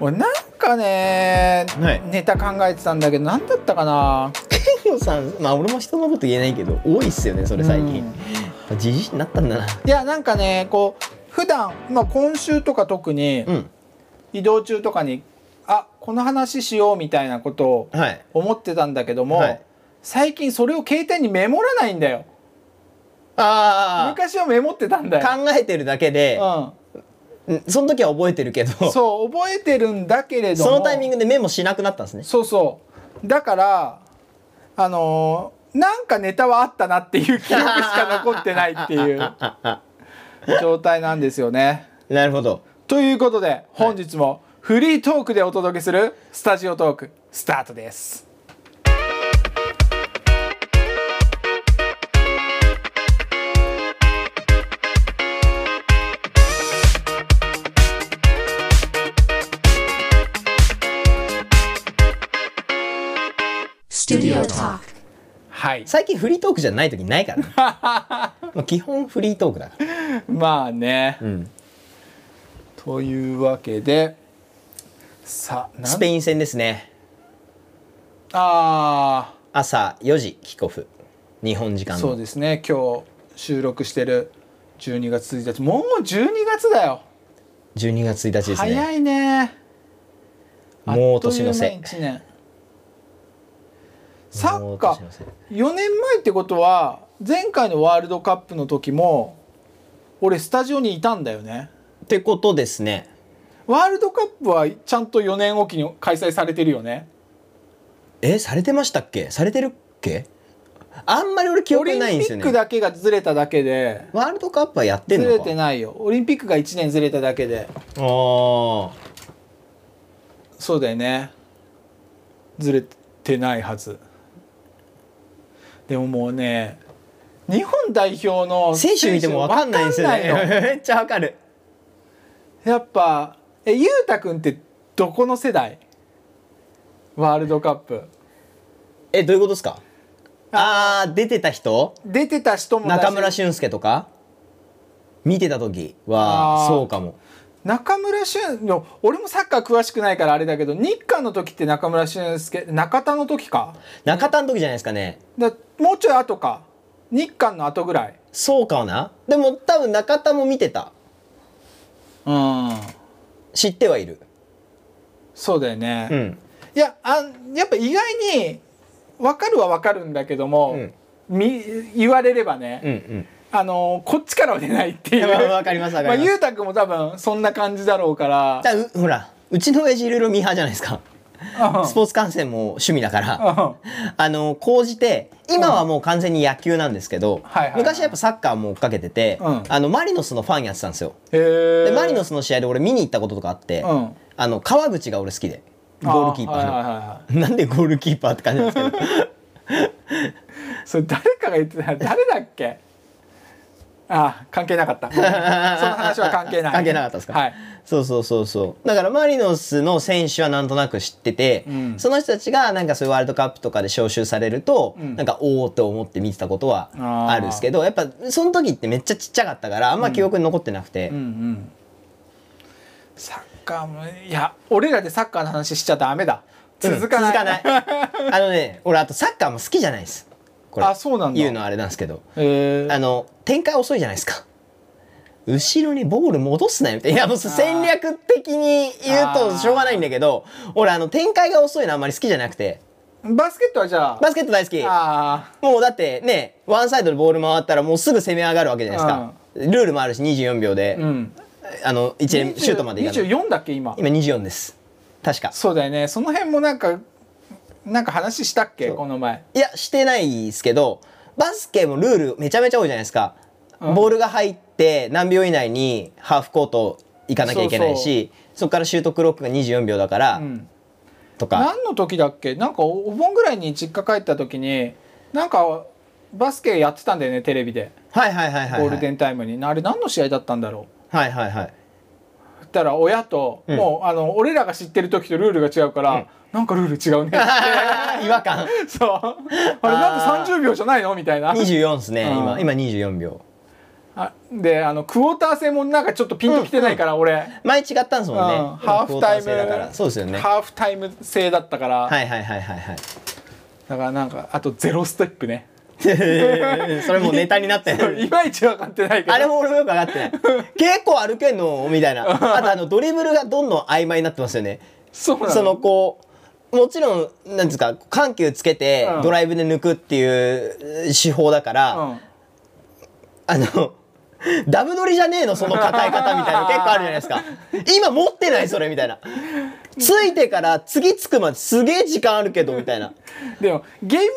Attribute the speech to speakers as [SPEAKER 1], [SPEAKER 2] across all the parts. [SPEAKER 1] 俺なんかね、
[SPEAKER 2] はい
[SPEAKER 1] ネタ考えてたんだけど何だったかな
[SPEAKER 2] ケンゴさんまあ俺も人のこと言えないけど多いっすよねそれ最近
[SPEAKER 1] うん
[SPEAKER 2] じじいになったんだない
[SPEAKER 1] やなんかねこう普段まあ今週とか特に
[SPEAKER 2] うん
[SPEAKER 1] 移動中とかに、あこの話しようみたいなことを
[SPEAKER 2] はい
[SPEAKER 1] 思ってたんだけども、
[SPEAKER 2] はい
[SPEAKER 1] 最近それを携帯にメモらないんだよ
[SPEAKER 2] あ
[SPEAKER 1] 昔はメモってたんだ
[SPEAKER 2] あ
[SPEAKER 1] よ、
[SPEAKER 2] 考えてるだけでうんその時は覚えてるけど
[SPEAKER 1] うん、そう覚えてるんだけれども
[SPEAKER 2] そのタイミングでメモしなくなったんですね
[SPEAKER 1] そうそうだからあのーなんかネタはあったなっていう記憶しか残ってないっていう 状態なんですよね。
[SPEAKER 2] なるほど
[SPEAKER 1] ということで本日もフリートークでお届けするスタジオトークスタートです。
[SPEAKER 3] Studio Talk.
[SPEAKER 1] はい、
[SPEAKER 2] 最近フリートークじゃない時ないからね もう基本フリートークだから
[SPEAKER 1] まあね、
[SPEAKER 2] ん
[SPEAKER 1] というわけでさあなん
[SPEAKER 2] スペイン戦ですね
[SPEAKER 1] あ
[SPEAKER 2] 朝4時キックオフ日本時
[SPEAKER 1] ー
[SPEAKER 2] 間
[SPEAKER 1] そう
[SPEAKER 2] の
[SPEAKER 1] ですね今日収録してる12月1日もう12月だよ。
[SPEAKER 2] 12月1日です
[SPEAKER 1] 早
[SPEAKER 2] ね
[SPEAKER 1] いね
[SPEAKER 2] もう年の
[SPEAKER 1] あっという間に
[SPEAKER 2] 瀬
[SPEAKER 1] 一年サ
[SPEAKER 2] も
[SPEAKER 1] ッ
[SPEAKER 2] う
[SPEAKER 1] カ
[SPEAKER 2] 年
[SPEAKER 1] ー
[SPEAKER 2] の瀬
[SPEAKER 1] 4年前ってことは前回のワールドカップの時も俺スタジオにいたんだよね
[SPEAKER 2] ってことですね
[SPEAKER 1] ワールドカップはちゃんと4年おきに開催されてるよね
[SPEAKER 2] えされてましたっけされてるっけあんまり俺記
[SPEAKER 1] オ
[SPEAKER 2] 憶
[SPEAKER 1] リン
[SPEAKER 2] ないんで
[SPEAKER 1] ピ
[SPEAKER 2] すよ
[SPEAKER 1] ッ
[SPEAKER 2] ね
[SPEAKER 1] クだけがずれただけで
[SPEAKER 2] ワールドカップはやってん
[SPEAKER 1] ず
[SPEAKER 2] の
[SPEAKER 1] れ
[SPEAKER 2] か
[SPEAKER 1] てないよオリンピックが1年ずれただけで
[SPEAKER 2] あー
[SPEAKER 1] そうだよねずれてないはずでももうね日本代表の
[SPEAKER 2] 選手見ても分かんないんですよね
[SPEAKER 1] わかんない
[SPEAKER 2] めっちゃ分かる
[SPEAKER 1] やっぱえゆうたくんってどこの世代ワールドカップ
[SPEAKER 2] えどういうことですかああー出てた人
[SPEAKER 1] 出てた人もだし
[SPEAKER 2] 中村俊輔とか見てた時は
[SPEAKER 1] あー
[SPEAKER 2] そうかも
[SPEAKER 1] 中村俊の俺もサッカー詳しくないからあれだけど日韓の時って中村俊輔中田の時か
[SPEAKER 2] 中田の時じゃないですかね
[SPEAKER 1] だもうちょい後か日韓の後ぐらい
[SPEAKER 2] そうかなでも多分中田も見てた
[SPEAKER 1] うん
[SPEAKER 2] 知ってはいる
[SPEAKER 1] そうだよね、
[SPEAKER 2] うん
[SPEAKER 1] いやあやっぱ意外に分かるは分かるんだけども、
[SPEAKER 2] うん
[SPEAKER 1] み言われればね、
[SPEAKER 2] うんうん
[SPEAKER 1] あのこっちからは出ないっていう
[SPEAKER 2] いやま あわかりますわかります
[SPEAKER 1] あゆうたくんも多分そんな感じだろうから
[SPEAKER 2] じゃあうほらうちの親父いろいろミーハーじゃないですか
[SPEAKER 1] うん
[SPEAKER 2] スポーツ観戦も趣味だから
[SPEAKER 1] うん
[SPEAKER 2] あの講じて今はもう完全に野球なんですけど
[SPEAKER 1] はいはいはい
[SPEAKER 2] 昔はやっぱサッカーも追っかけてて
[SPEAKER 1] うん
[SPEAKER 2] あのマリノスのファンやってたんですよ
[SPEAKER 1] へ
[SPEAKER 2] でマリノ
[SPEAKER 1] ス
[SPEAKER 2] スの試合で俺見に行ったこととかあって
[SPEAKER 1] うん
[SPEAKER 2] あの川口が俺好きでゴールキーパーの
[SPEAKER 1] はいはいはいは
[SPEAKER 2] なんでゴールキーパーって感じなんですけ ど
[SPEAKER 1] いそれ誰かが言ってた誰だっけあ関係なかったその 話は関係ない
[SPEAKER 2] 関係なかったですか、
[SPEAKER 1] はい、
[SPEAKER 2] そうそうそうそうだからマリノスの選手はなんとなく知ってて、
[SPEAKER 1] うん
[SPEAKER 2] その人たちがなんかそういうワールドカップとかで招集されると、
[SPEAKER 1] うん
[SPEAKER 2] なんかおおって思って見てたことは
[SPEAKER 1] あー
[SPEAKER 2] あるんですけどやっぱその時ってめっちゃちっちゃかったからあんま記憶に残ってなくて、
[SPEAKER 1] うんうん、サッカーもいや俺らでサッカーの話しちゃダメだ続かない、
[SPEAKER 2] うん続 かないあのね俺あとサッカーも好きじゃないですこれ
[SPEAKER 1] あそうなんだ
[SPEAKER 2] 言うのはあれなんですけど
[SPEAKER 1] へー
[SPEAKER 2] あの展開遅いじゃないですか後ろにボール戻すなよみたいないやもう戦略的に言う
[SPEAKER 1] あ
[SPEAKER 2] と
[SPEAKER 1] ー
[SPEAKER 2] しょうがないんだけど俺あの展開が遅いのあんまり好きじゃなくて
[SPEAKER 1] バスケットはじゃあ
[SPEAKER 2] バスケット大好き
[SPEAKER 1] あ
[SPEAKER 2] もうだってねワンサイドでボール回ったらもうすぐ攻め上がるわけじゃないですかルールもあるし24秒で、
[SPEAKER 1] ーうん
[SPEAKER 2] あの1連
[SPEAKER 1] 20
[SPEAKER 2] シュートまでいかない
[SPEAKER 1] 24だっけ今
[SPEAKER 2] 今24です確か
[SPEAKER 1] そうだよねその辺もなんかなんか話したっけ
[SPEAKER 2] そう
[SPEAKER 1] この前
[SPEAKER 2] いやしてないですけどバスケもルールめちゃめちゃ多いじゃないですか、
[SPEAKER 1] うん
[SPEAKER 2] ボールが入って何秒以内にハーフコート行かなきゃいけないしそこからシュートクロックが24秒だから、
[SPEAKER 1] うん
[SPEAKER 2] とか
[SPEAKER 1] 何の時だっけなんかおお盆ぐらいに実家帰った時になんかバスケやってたんだよねテレビで
[SPEAKER 2] はいはいはいはい
[SPEAKER 1] ゴー
[SPEAKER 2] は
[SPEAKER 1] ルデ
[SPEAKER 2] い
[SPEAKER 1] ンタイムに、あれ何の試合だったんだろう
[SPEAKER 2] はいはいはい
[SPEAKER 1] そしたら親と、
[SPEAKER 2] うん
[SPEAKER 1] もうあの俺らが知ってる時とルールが違うから、なんかルール違 うね
[SPEAKER 2] 違 和感
[SPEAKER 1] そうあれなんで30秒じゃないのみたいな
[SPEAKER 2] 24ですね
[SPEAKER 1] うん
[SPEAKER 2] 今今24秒
[SPEAKER 1] あであのクォーター制もなんかちょっとピンときてないから、俺、
[SPEAKER 2] 前違ったんですもんね、
[SPEAKER 1] うんハーフタイム
[SPEAKER 2] クォーター制だからそうですよねは
[SPEAKER 1] ハーフタイム制だったから、
[SPEAKER 2] いはいはいはいはい
[SPEAKER 1] だからなんかあとゼロステップね
[SPEAKER 2] それもうネタになってる
[SPEAKER 1] いまいち分かってないけど
[SPEAKER 2] あれも俺もよく分かっ てない結構歩けんのみたいなあとあのドリブルがどんどん曖昧になってますよね
[SPEAKER 1] そうなの
[SPEAKER 2] そのこうもちろんなんですか緩急つけて
[SPEAKER 1] うん
[SPEAKER 2] ドライブで抜くっていう手法だから、
[SPEAKER 1] うん
[SPEAKER 2] あの ダブ取りじゃねえのその抱え方みたいな結構あるじゃない ですか今持ってないそれみたいなついてから次つくまですげえ時間あるけどみたいな
[SPEAKER 1] でも厳密に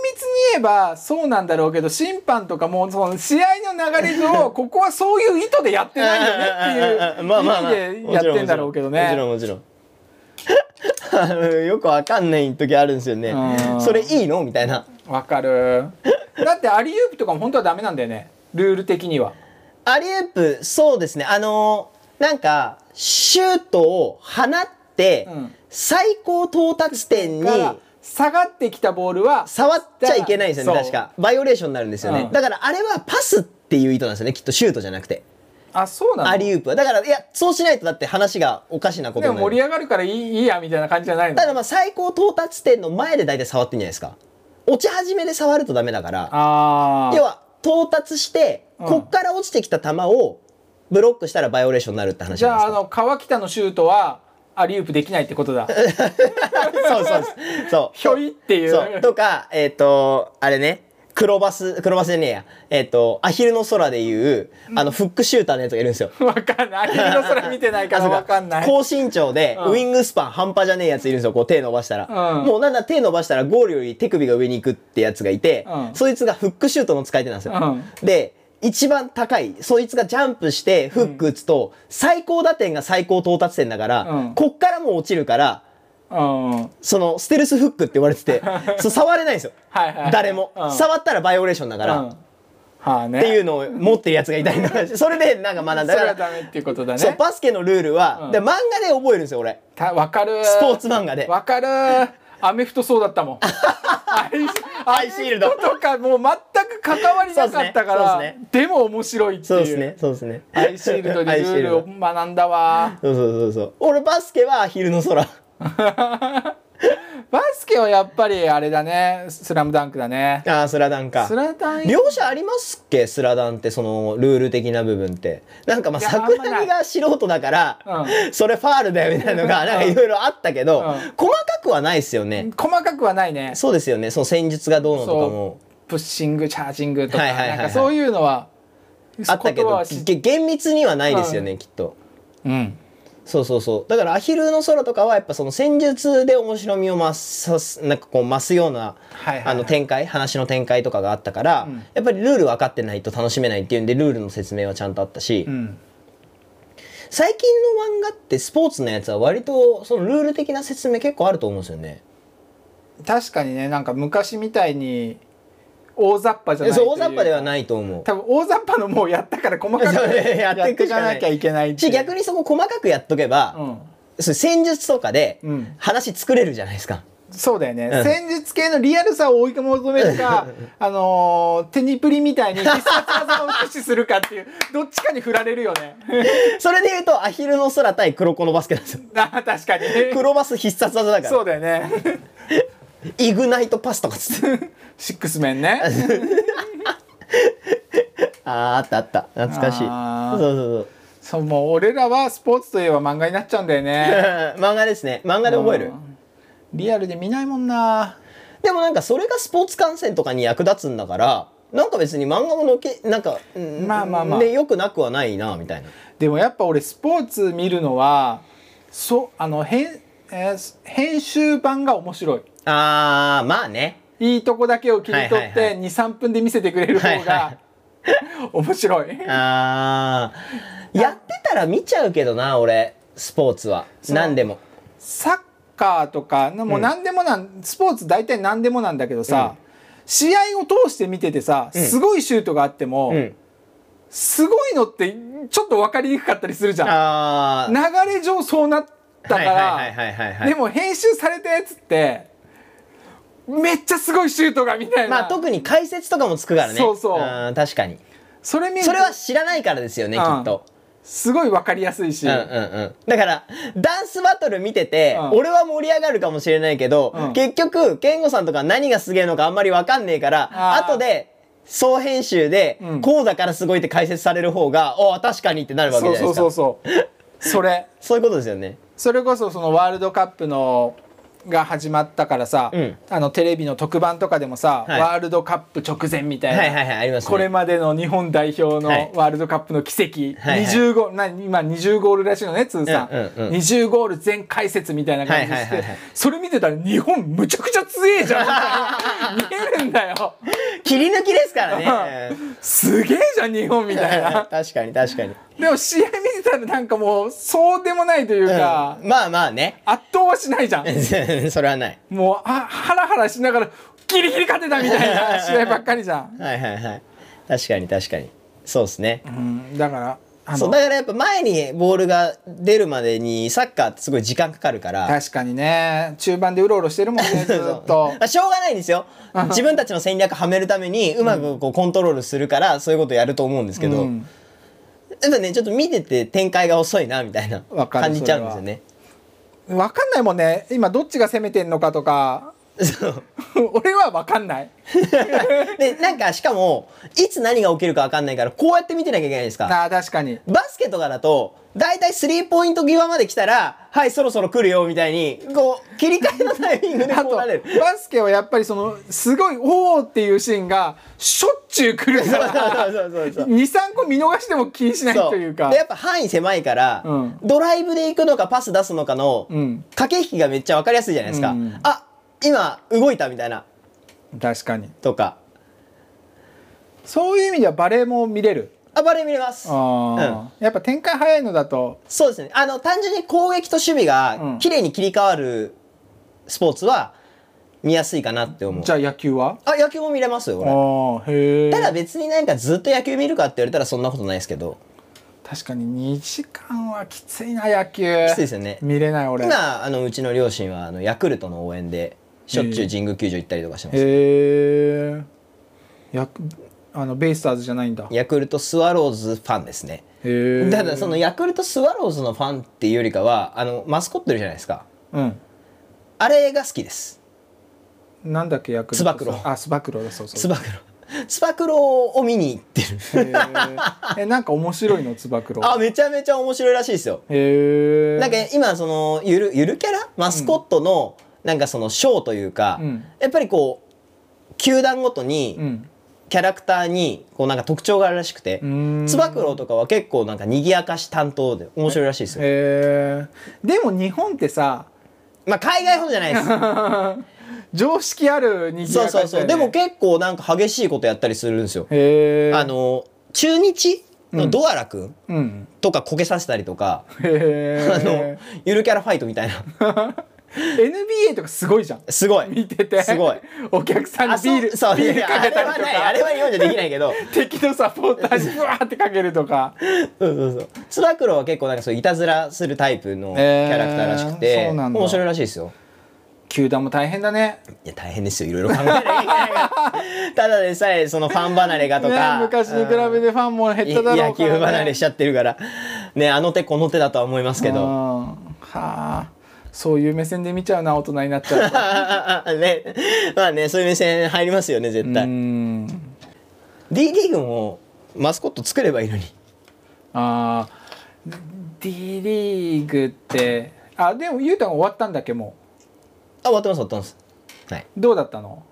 [SPEAKER 1] 言えばそうなんだろうけど審判とかもその試合の流れ上ここはそういう意図でやってないよね っていう
[SPEAKER 2] まあまあまあ
[SPEAKER 1] 意味でやってんだろうけどね。
[SPEAKER 2] もちろんもちろんもちろんあの よくわかんない時あるんですよね
[SPEAKER 1] うん
[SPEAKER 2] それいいのみたいな
[SPEAKER 1] わかる。だってアリウープとかも本当はダメなんだよね。ルール的には。
[SPEAKER 2] アリウープそうですねあのーなんかシュートを放って、
[SPEAKER 1] うん
[SPEAKER 2] 最高到達点に
[SPEAKER 1] だから下がってきたボールは
[SPEAKER 2] 触っちゃいけないんですよね
[SPEAKER 1] そう
[SPEAKER 2] 確かバイオレーションになるんですよね、
[SPEAKER 1] うん
[SPEAKER 2] だからあれはパスっていう意図なんですよねきっとシュートじゃなくて
[SPEAKER 1] あそうな
[SPEAKER 2] ア
[SPEAKER 1] の。
[SPEAKER 2] リウープはだからいやそうしないとだって話がおかしなこと
[SPEAKER 1] で
[SPEAKER 2] に
[SPEAKER 1] も
[SPEAKER 2] な
[SPEAKER 1] 盛り
[SPEAKER 2] る
[SPEAKER 1] 上がるからいいいいやみたいな感じじゃないの
[SPEAKER 2] た。だまあ最高到達点の前で大体触ってんじゃないですか落ち始めで触るとダメだから
[SPEAKER 1] あ
[SPEAKER 2] 要
[SPEAKER 1] あ。
[SPEAKER 2] は到達して、
[SPEAKER 1] うん
[SPEAKER 2] こっから落ちてきた球をブロックしたらバイオレーションになるって話
[SPEAKER 1] じ
[SPEAKER 2] なん
[SPEAKER 1] ゃ
[SPEAKER 2] で
[SPEAKER 1] あ
[SPEAKER 2] す
[SPEAKER 1] あ
[SPEAKER 2] か
[SPEAKER 1] の川北のシュートはアリウープできないって ことだ。
[SPEAKER 2] そうそうそうそ う
[SPEAKER 1] ひょいっていう。
[SPEAKER 2] そうとかえっ、とあれね黒バス黒バスじゃねえやえっ、とアヒルの空でいうあのフックシューターのやつがいるんですよ
[SPEAKER 1] わかんない。アリの空見てないからわかんない。
[SPEAKER 2] 高身長で
[SPEAKER 1] うん
[SPEAKER 2] ウイングスパン半端じゃねえやついるんですよこう手伸ばしたら、
[SPEAKER 1] うん
[SPEAKER 2] もうなんだ手伸ばしたらゴールより手首が上に行くってやつがいて、
[SPEAKER 1] うん
[SPEAKER 2] そいつがフックシュートの使い手なんですよ、
[SPEAKER 1] う
[SPEAKER 2] で一番高いそいつがジャンプしてフック打つと、最高打点が最高到達点だから、
[SPEAKER 1] うん
[SPEAKER 2] こっからもう落ちるから
[SPEAKER 1] うん。
[SPEAKER 2] そのステルスフックって言われて てそう触れないんですよ
[SPEAKER 1] はいはい。
[SPEAKER 2] 誰も、
[SPEAKER 1] うん
[SPEAKER 2] 触ったらバイオレーションだから、
[SPEAKER 1] うん
[SPEAKER 2] っ
[SPEAKER 1] はあね。
[SPEAKER 2] ていう
[SPEAKER 1] う。
[SPEAKER 2] のを持ってるやつがいたりとかしてそれでなんか学ん
[SPEAKER 1] それ
[SPEAKER 2] だ
[SPEAKER 1] は
[SPEAKER 2] から
[SPEAKER 1] ダメっていうことだ
[SPEAKER 2] そう
[SPEAKER 1] ね。
[SPEAKER 2] バスケのルールは、
[SPEAKER 1] うん
[SPEAKER 2] で漫画で覚えるんですよ俺
[SPEAKER 1] たわかる。
[SPEAKER 2] スポーツ漫画で
[SPEAKER 1] わかる。アメフトそうだ ったもん。アイ
[SPEAKER 2] アイシールド
[SPEAKER 1] アメフトとかもう全く関わりなかったから。
[SPEAKER 2] そうですねそうで
[SPEAKER 1] で
[SPEAKER 2] す
[SPEAKER 1] も面白いっていう。
[SPEAKER 2] そうですねそうですね
[SPEAKER 1] アイシールドでルールを
[SPEAKER 2] アイシール
[SPEAKER 1] 学んだわ。
[SPEAKER 2] ドそうそうそうそう俺バスケは昼の空
[SPEAKER 1] バスケはやっぱりあれだね。スラムダンクだね。
[SPEAKER 2] ああスラダンか
[SPEAKER 1] スラダン
[SPEAKER 2] 両者ありますっけスラダンってそのルール的な部分ってなんかまあ
[SPEAKER 1] いやあんま
[SPEAKER 2] 桜
[SPEAKER 1] な
[SPEAKER 2] 木
[SPEAKER 1] い
[SPEAKER 2] が素人だから、
[SPEAKER 1] う
[SPEAKER 2] それファールだよみたいなのがなんかいろいろあったけど、
[SPEAKER 1] うん
[SPEAKER 2] 細かくはないですよね、
[SPEAKER 1] 細かくはないね。
[SPEAKER 2] そうですよねその戦術がどうのとかも
[SPEAKER 1] プッシングチャージングとか,、
[SPEAKER 2] はいはいはいはい
[SPEAKER 1] なんかそういうのは
[SPEAKER 2] あったけ
[SPEAKER 1] 言葉
[SPEAKER 2] ど
[SPEAKER 1] はし
[SPEAKER 2] げ厳密にはないですよね、きっと
[SPEAKER 1] うん
[SPEAKER 2] そうそうそうだから「アヒルの空」とかはやっぱその戦術で面白みを増すなんかこう増すような
[SPEAKER 1] はいはい
[SPEAKER 2] あの展開話の展開とかがあったから、
[SPEAKER 1] うん
[SPEAKER 2] やっぱりルール分かってないと楽しめないっていうんでルールの説明はちゃんとあったし、
[SPEAKER 1] うん
[SPEAKER 2] 最近の漫画ってスポーツのやつは割とそのルール的な説明結構あると思うんですよね。
[SPEAKER 1] 確かにねなんか昔みたいに大雑把じゃない
[SPEAKER 2] そう大雑把では
[SPEAKER 1] ない
[SPEAKER 2] ないと思う。
[SPEAKER 1] 多分大雑把のもうやったから細かく
[SPEAKER 2] や
[SPEAKER 1] や
[SPEAKER 2] って
[SPEAKER 1] っ
[SPEAKER 2] い
[SPEAKER 1] て
[SPEAKER 2] く
[SPEAKER 1] い
[SPEAKER 2] し
[SPEAKER 1] か
[SPEAKER 2] かない
[SPEAKER 1] なきゃいけない
[SPEAKER 2] し逆
[SPEAKER 1] に
[SPEAKER 2] にそこ細かくやっとけば、
[SPEAKER 1] うん
[SPEAKER 2] そういう戦術とかで
[SPEAKER 1] うん
[SPEAKER 2] 話作れるじゃないですか。
[SPEAKER 1] そうだよね、
[SPEAKER 2] うん
[SPEAKER 1] 戦術系のリアルさを追い求める かあのー手にプリみたいに必殺技を駆使するかっていうどっちかに振られるよね
[SPEAKER 2] それで言うとアヒルの空対黒子のバスケなんですよ。
[SPEAKER 1] あー確かに
[SPEAKER 2] 黒バス必殺技だか
[SPEAKER 1] そ
[SPEAKER 2] ら
[SPEAKER 1] うだよね
[SPEAKER 2] イグナイトパスとかつって
[SPEAKER 1] シックスメンね
[SPEAKER 2] あーあったあった懐かしいそう
[SPEAKER 1] あー
[SPEAKER 2] そうそう
[SPEAKER 1] そうもう俺らはスポーツといえば漫画になっちゃうんだよね
[SPEAKER 2] 漫画ですね漫画で覚える
[SPEAKER 1] うんリアルで見ないもんな
[SPEAKER 2] でもなんかそれがスポーツ観戦とかに役立つんだからなんか別に漫画ものけなんか、うん
[SPEAKER 1] まあまあまあ
[SPEAKER 2] ねよくなくはないなみたいな
[SPEAKER 1] でもやっぱ俺スポーツ見るのはそあの編,、えー編集版が面白い
[SPEAKER 2] あーまあね
[SPEAKER 1] いいとこだけを切り取
[SPEAKER 2] は
[SPEAKER 1] っ
[SPEAKER 2] いはいは
[SPEAKER 1] て23分で見せてくれる方
[SPEAKER 2] はいは
[SPEAKER 1] が面白い
[SPEAKER 2] あーやってたら見ちゃうけどな俺スポーツは
[SPEAKER 1] の
[SPEAKER 2] 何でも
[SPEAKER 1] サッカーとかもう何でもなん、スポーツ大体何でもなんだけどさ、試合を通して見ててさすごいシュートがあっても、
[SPEAKER 2] うん
[SPEAKER 1] すごいのってちょっと分かりにくかったりするじゃん。
[SPEAKER 2] あー
[SPEAKER 1] 流れ上そうなったか
[SPEAKER 2] はいはいはいはいはいは
[SPEAKER 1] ら
[SPEAKER 2] い
[SPEAKER 1] でも編集されたやつってめっちゃすごいシュートがみたいな、
[SPEAKER 2] まあ特に解説とかもつくからね
[SPEAKER 1] そうそう
[SPEAKER 2] あー確かに
[SPEAKER 1] それ見ると
[SPEAKER 2] それは知らないからですよね、
[SPEAKER 1] うん
[SPEAKER 2] きっと。
[SPEAKER 1] すごい分かりやすいし、
[SPEAKER 2] うんうんうん。だから、ダンスバトル見てて、
[SPEAKER 1] うん
[SPEAKER 2] 俺は盛り上がるかもしれないけど、
[SPEAKER 1] うん
[SPEAKER 2] 結局、健吾さんとか何がすげえのかあんまりわかんねえから、
[SPEAKER 1] あー
[SPEAKER 2] 後で、総編集で、
[SPEAKER 1] うん
[SPEAKER 2] こうだからすごいって解説される方が、おー確かにってなるわけじゃ
[SPEAKER 1] そ
[SPEAKER 2] な
[SPEAKER 1] う
[SPEAKER 2] いですか。
[SPEAKER 1] そうそうそうそれ
[SPEAKER 2] そういうことですよね。
[SPEAKER 1] それこそそのワールドカップのが始まったからさ、
[SPEAKER 2] うん
[SPEAKER 1] あのテレビの特番とかでもさ、
[SPEAKER 2] はい
[SPEAKER 1] ワールドカップ直前みたいな、
[SPEAKER 2] はいはいはい、ありますね。
[SPEAKER 1] これまでの日本代表の
[SPEAKER 2] はい
[SPEAKER 1] ワールドカップの奇跡、
[SPEAKER 2] はいはい
[SPEAKER 1] 20ゴールな今20ゴールらしいのね通算、
[SPEAKER 2] うんうんうん
[SPEAKER 1] 20ゴール全解説みたいな感じでして、
[SPEAKER 2] はいはいはいはい
[SPEAKER 1] それ見てたら日本むちゃくちゃ強えじゃん みたいな見えるんだよ
[SPEAKER 2] 切り抜きですからね。
[SPEAKER 1] すげえじゃん日本みたいな
[SPEAKER 2] 確かに確かに。
[SPEAKER 1] でも試合見てたらなんかもうそうでもないというか、
[SPEAKER 2] うんまあまあね。
[SPEAKER 1] 圧倒はしないじゃん
[SPEAKER 2] それはない。
[SPEAKER 1] もうあハラハラしながらギリギリ勝てたみたいな試合ばっかりじゃん、
[SPEAKER 2] はいはいはい。確かに確かに。そうですね。
[SPEAKER 1] うん、だからあ
[SPEAKER 2] そう
[SPEAKER 1] の
[SPEAKER 2] だからやっぱ前にボールが出るまでにサッカーってすごい時間かかるから
[SPEAKER 1] 確かにね中盤でうろうろしてるもんねず
[SPEAKER 2] そう
[SPEAKER 1] っと
[SPEAKER 2] まあしょうがないんですよ自分たちの戦略はめるためにうまくこうコントロールするから そういうことやると思うんですけど、
[SPEAKER 1] うん
[SPEAKER 2] やっぱねちょっと見てて展開が遅いなみたいな
[SPEAKER 1] わかる
[SPEAKER 2] 感じちゃうんですよね。
[SPEAKER 1] 分かんないもんね今どっちが攻めてんのかとか
[SPEAKER 2] そう
[SPEAKER 1] 俺は分かんない
[SPEAKER 2] でなんかしかもいつ何が起きるかわかんないからこうやって見てなきゃいけないですか。
[SPEAKER 1] あー確かに
[SPEAKER 2] バスケとかだと大体スリーポイント際まで来たらはいそろそろ来るよみたいにこう切り替えのタイミングで
[SPEAKER 1] あ
[SPEAKER 2] こう
[SPEAKER 1] と
[SPEAKER 2] なれる。
[SPEAKER 1] バスケはやっぱりそのすごい「おお!」っていうシーンがしょっちゅう来るから
[SPEAKER 2] そうそうそうそう
[SPEAKER 1] 23個見逃しても気にしない
[SPEAKER 2] そ
[SPEAKER 1] というか
[SPEAKER 2] でやっぱ範囲狭いから、
[SPEAKER 1] うん
[SPEAKER 2] ドライブで行くのかパス出すのかの、
[SPEAKER 1] うん
[SPEAKER 2] 駆け引きがめっちゃ分かりやすいじゃないですか、
[SPEAKER 1] うん
[SPEAKER 2] あ今動いたみたいな
[SPEAKER 1] 確かに
[SPEAKER 2] とか
[SPEAKER 1] そういう意味ではバレーも見れる
[SPEAKER 2] あバレー見れます
[SPEAKER 1] あーやっぱ展開早いのだと
[SPEAKER 2] そうですねあの単純に攻撃と守備
[SPEAKER 1] う
[SPEAKER 2] が
[SPEAKER 1] ん
[SPEAKER 2] 綺麗に切り替わるスポーツは見やすいかなって思う
[SPEAKER 1] じゃあ野球は
[SPEAKER 2] あ野球も見れますよ
[SPEAKER 1] あ
[SPEAKER 2] これ
[SPEAKER 1] ーへえ
[SPEAKER 2] ただ別になんかずっと野球見るかって言われたらそんなことないですけど
[SPEAKER 1] 確かに2時間はきついな野球
[SPEAKER 2] きついですよね
[SPEAKER 1] 見れない俺へ
[SPEAKER 2] 今あのうちの両親はあのヤクルトの応援でしょっちゅう神宮球場行ったりとかしてます、
[SPEAKER 1] えやあのベイスターズじゃないんだへ
[SPEAKER 2] ヤクルトスワローズファンですね
[SPEAKER 1] え
[SPEAKER 2] ただそのヤクルトスワローズのファンっていうよりかはあのマスコットいるじゃないですか
[SPEAKER 1] うん
[SPEAKER 2] あれが好きです
[SPEAKER 1] なんだっけヤクルト
[SPEAKER 2] つば九郎
[SPEAKER 1] あスバクロだそうそう
[SPEAKER 2] つば九郎 つば九郎を見に行ってる
[SPEAKER 1] へーえなんか面白いのつば九郎
[SPEAKER 2] あめちゃめちゃ面白いらしいですよ
[SPEAKER 1] へえ
[SPEAKER 2] なんか今そのゆるゆるキャラマスコットのなんかそのショーというか、
[SPEAKER 1] うん
[SPEAKER 2] やっぱりこう球団ごと
[SPEAKER 1] う
[SPEAKER 2] に
[SPEAKER 1] ん
[SPEAKER 2] キャラクターにこうなんか特徴があるらしくて
[SPEAKER 1] うーん
[SPEAKER 2] つば九郎とかは結構なんか賑やかし担当で面白いらしいですよ
[SPEAKER 1] へえでも日本ってさ
[SPEAKER 2] まあ海外ほどじゃないです
[SPEAKER 1] 常識あるにぎ
[SPEAKER 2] そう
[SPEAKER 1] やか
[SPEAKER 2] そう
[SPEAKER 1] さ
[SPEAKER 2] そ
[SPEAKER 1] よ
[SPEAKER 2] う。
[SPEAKER 1] ね
[SPEAKER 2] でも結構なんか激しいことやったりするんですよ。
[SPEAKER 1] へえ
[SPEAKER 2] あの、中日のドアラくん
[SPEAKER 1] うん
[SPEAKER 2] とかこけさせたりとか、
[SPEAKER 1] へえ
[SPEAKER 2] あの、ゆるキャラファイトみたいな。
[SPEAKER 1] NBA とかすごいじゃん
[SPEAKER 2] すごい。
[SPEAKER 1] 見てて
[SPEAKER 2] すごい。
[SPEAKER 1] お客さんに
[SPEAKER 2] あ
[SPEAKER 1] ビ
[SPEAKER 2] そう
[SPEAKER 1] ール
[SPEAKER 2] そう
[SPEAKER 1] ビー
[SPEAKER 2] い
[SPEAKER 1] ル
[SPEAKER 2] や
[SPEAKER 1] かけたり
[SPEAKER 2] あ
[SPEAKER 1] と
[SPEAKER 2] れはない。あれ
[SPEAKER 1] か
[SPEAKER 2] は日本じゃできないけど。
[SPEAKER 1] 敵のサポータ ーにブワーってかけるとか
[SPEAKER 2] そうそうそう。つば九郎は結構なんかそういたずらするタイプのキャラクターらしくて、
[SPEAKER 1] えーそうなんだ
[SPEAKER 2] 面白いらしいですよ。
[SPEAKER 1] 球団も大変だね
[SPEAKER 2] いや大変ですよ。いろいろ考 えなきゃいけないから。ただでさえそのファン離れがと
[SPEAKER 1] ね
[SPEAKER 2] か。
[SPEAKER 1] 昔に比べてファンも減っただろ
[SPEAKER 2] 野
[SPEAKER 1] うから、ね、
[SPEAKER 2] 球離れしちゃってるから。ね、あの手この手だとは思いますけ
[SPEAKER 1] う
[SPEAKER 2] ど。
[SPEAKER 1] んはあそういう目線で見ちゃうな大人になっちゃうと
[SPEAKER 2] ああ ね、まあねそういう目線入りますよね絶
[SPEAKER 1] う
[SPEAKER 2] 対、
[SPEAKER 1] ん
[SPEAKER 2] D リーグもマスコット作ればいいのに
[SPEAKER 1] あー D リーグってあでもゆうたが終わったんだっけも
[SPEAKER 2] あ終わってます終わってます、はいう
[SPEAKER 1] どうだった の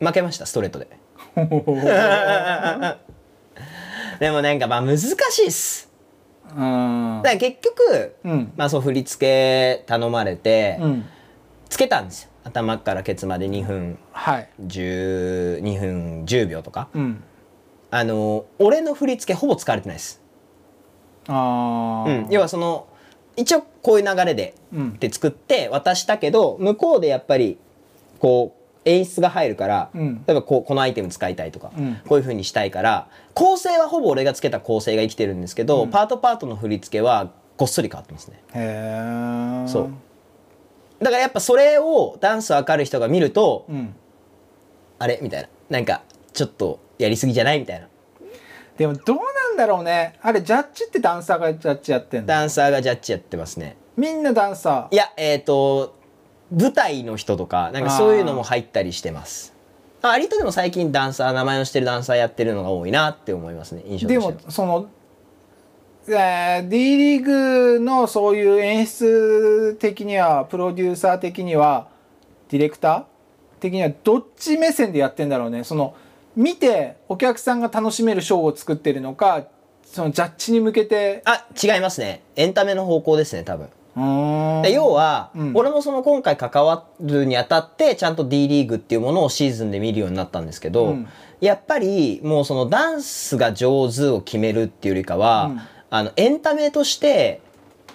[SPEAKER 2] 負けましたストレートででもなんかまあ難しいっす
[SPEAKER 1] うん
[SPEAKER 2] だから結局、
[SPEAKER 1] うん
[SPEAKER 2] まあそう振り付け頼まれて、
[SPEAKER 1] うん
[SPEAKER 2] つけたんですよ頭からケツまで2分
[SPEAKER 1] はい
[SPEAKER 2] 12分10秒とか
[SPEAKER 1] うん
[SPEAKER 2] あの俺の振り付けほぼ使われてないです、
[SPEAKER 1] ああ、
[SPEAKER 2] うん、要はその一応こういう流れで
[SPEAKER 1] うん
[SPEAKER 2] で作って渡したけど向こうでやっぱりこう演出が入るから、
[SPEAKER 1] うん
[SPEAKER 2] 例えばこうこのアイテム使いたいとか、
[SPEAKER 1] うん
[SPEAKER 2] こういう風にしたいから構成はほぼ俺がつけた構成が生きてるんですけど、パートパートの振り付けはごっそり変わってますね
[SPEAKER 1] へえ
[SPEAKER 2] そうだからやっぱそれをダンスわかる人が見ると、
[SPEAKER 1] うん
[SPEAKER 2] あれみたいななんかちょっとやりすぎじゃないみたいな
[SPEAKER 1] でもどうなんだろうねあれジャッジってダンサーがジャッジやってんの
[SPEAKER 2] ダンサーがジャッジやってますね
[SPEAKER 1] みんなダンサ
[SPEAKER 2] いやえっ、と舞台の人とかなんかそういうのも入ったりしてますあ割とでも最近ダンサー名前のしてるダンサーやってるのが多いなって思いますね印
[SPEAKER 1] ー
[SPEAKER 2] 象と
[SPEAKER 1] で
[SPEAKER 2] しては
[SPEAKER 1] もその、えー D リーグのそういう演出的にはプロデューサー的にはディレクター的にはどっち目線でやってんだろうねその見てお客さんが楽しめるショーを作ってるのかそのジャッジに向けて
[SPEAKER 2] あ違いますねエンタメの方向ですね多分
[SPEAKER 1] うーん
[SPEAKER 2] で要は、
[SPEAKER 1] うん
[SPEAKER 2] 俺もその今回関わるにあたってちゃんと D リーグっていうものをシーズンで見るようになったんですけど、
[SPEAKER 1] うん
[SPEAKER 2] やっぱりもうそのダンスが上手を決めるっていうよりかは、
[SPEAKER 1] うん
[SPEAKER 2] あのエンタメとして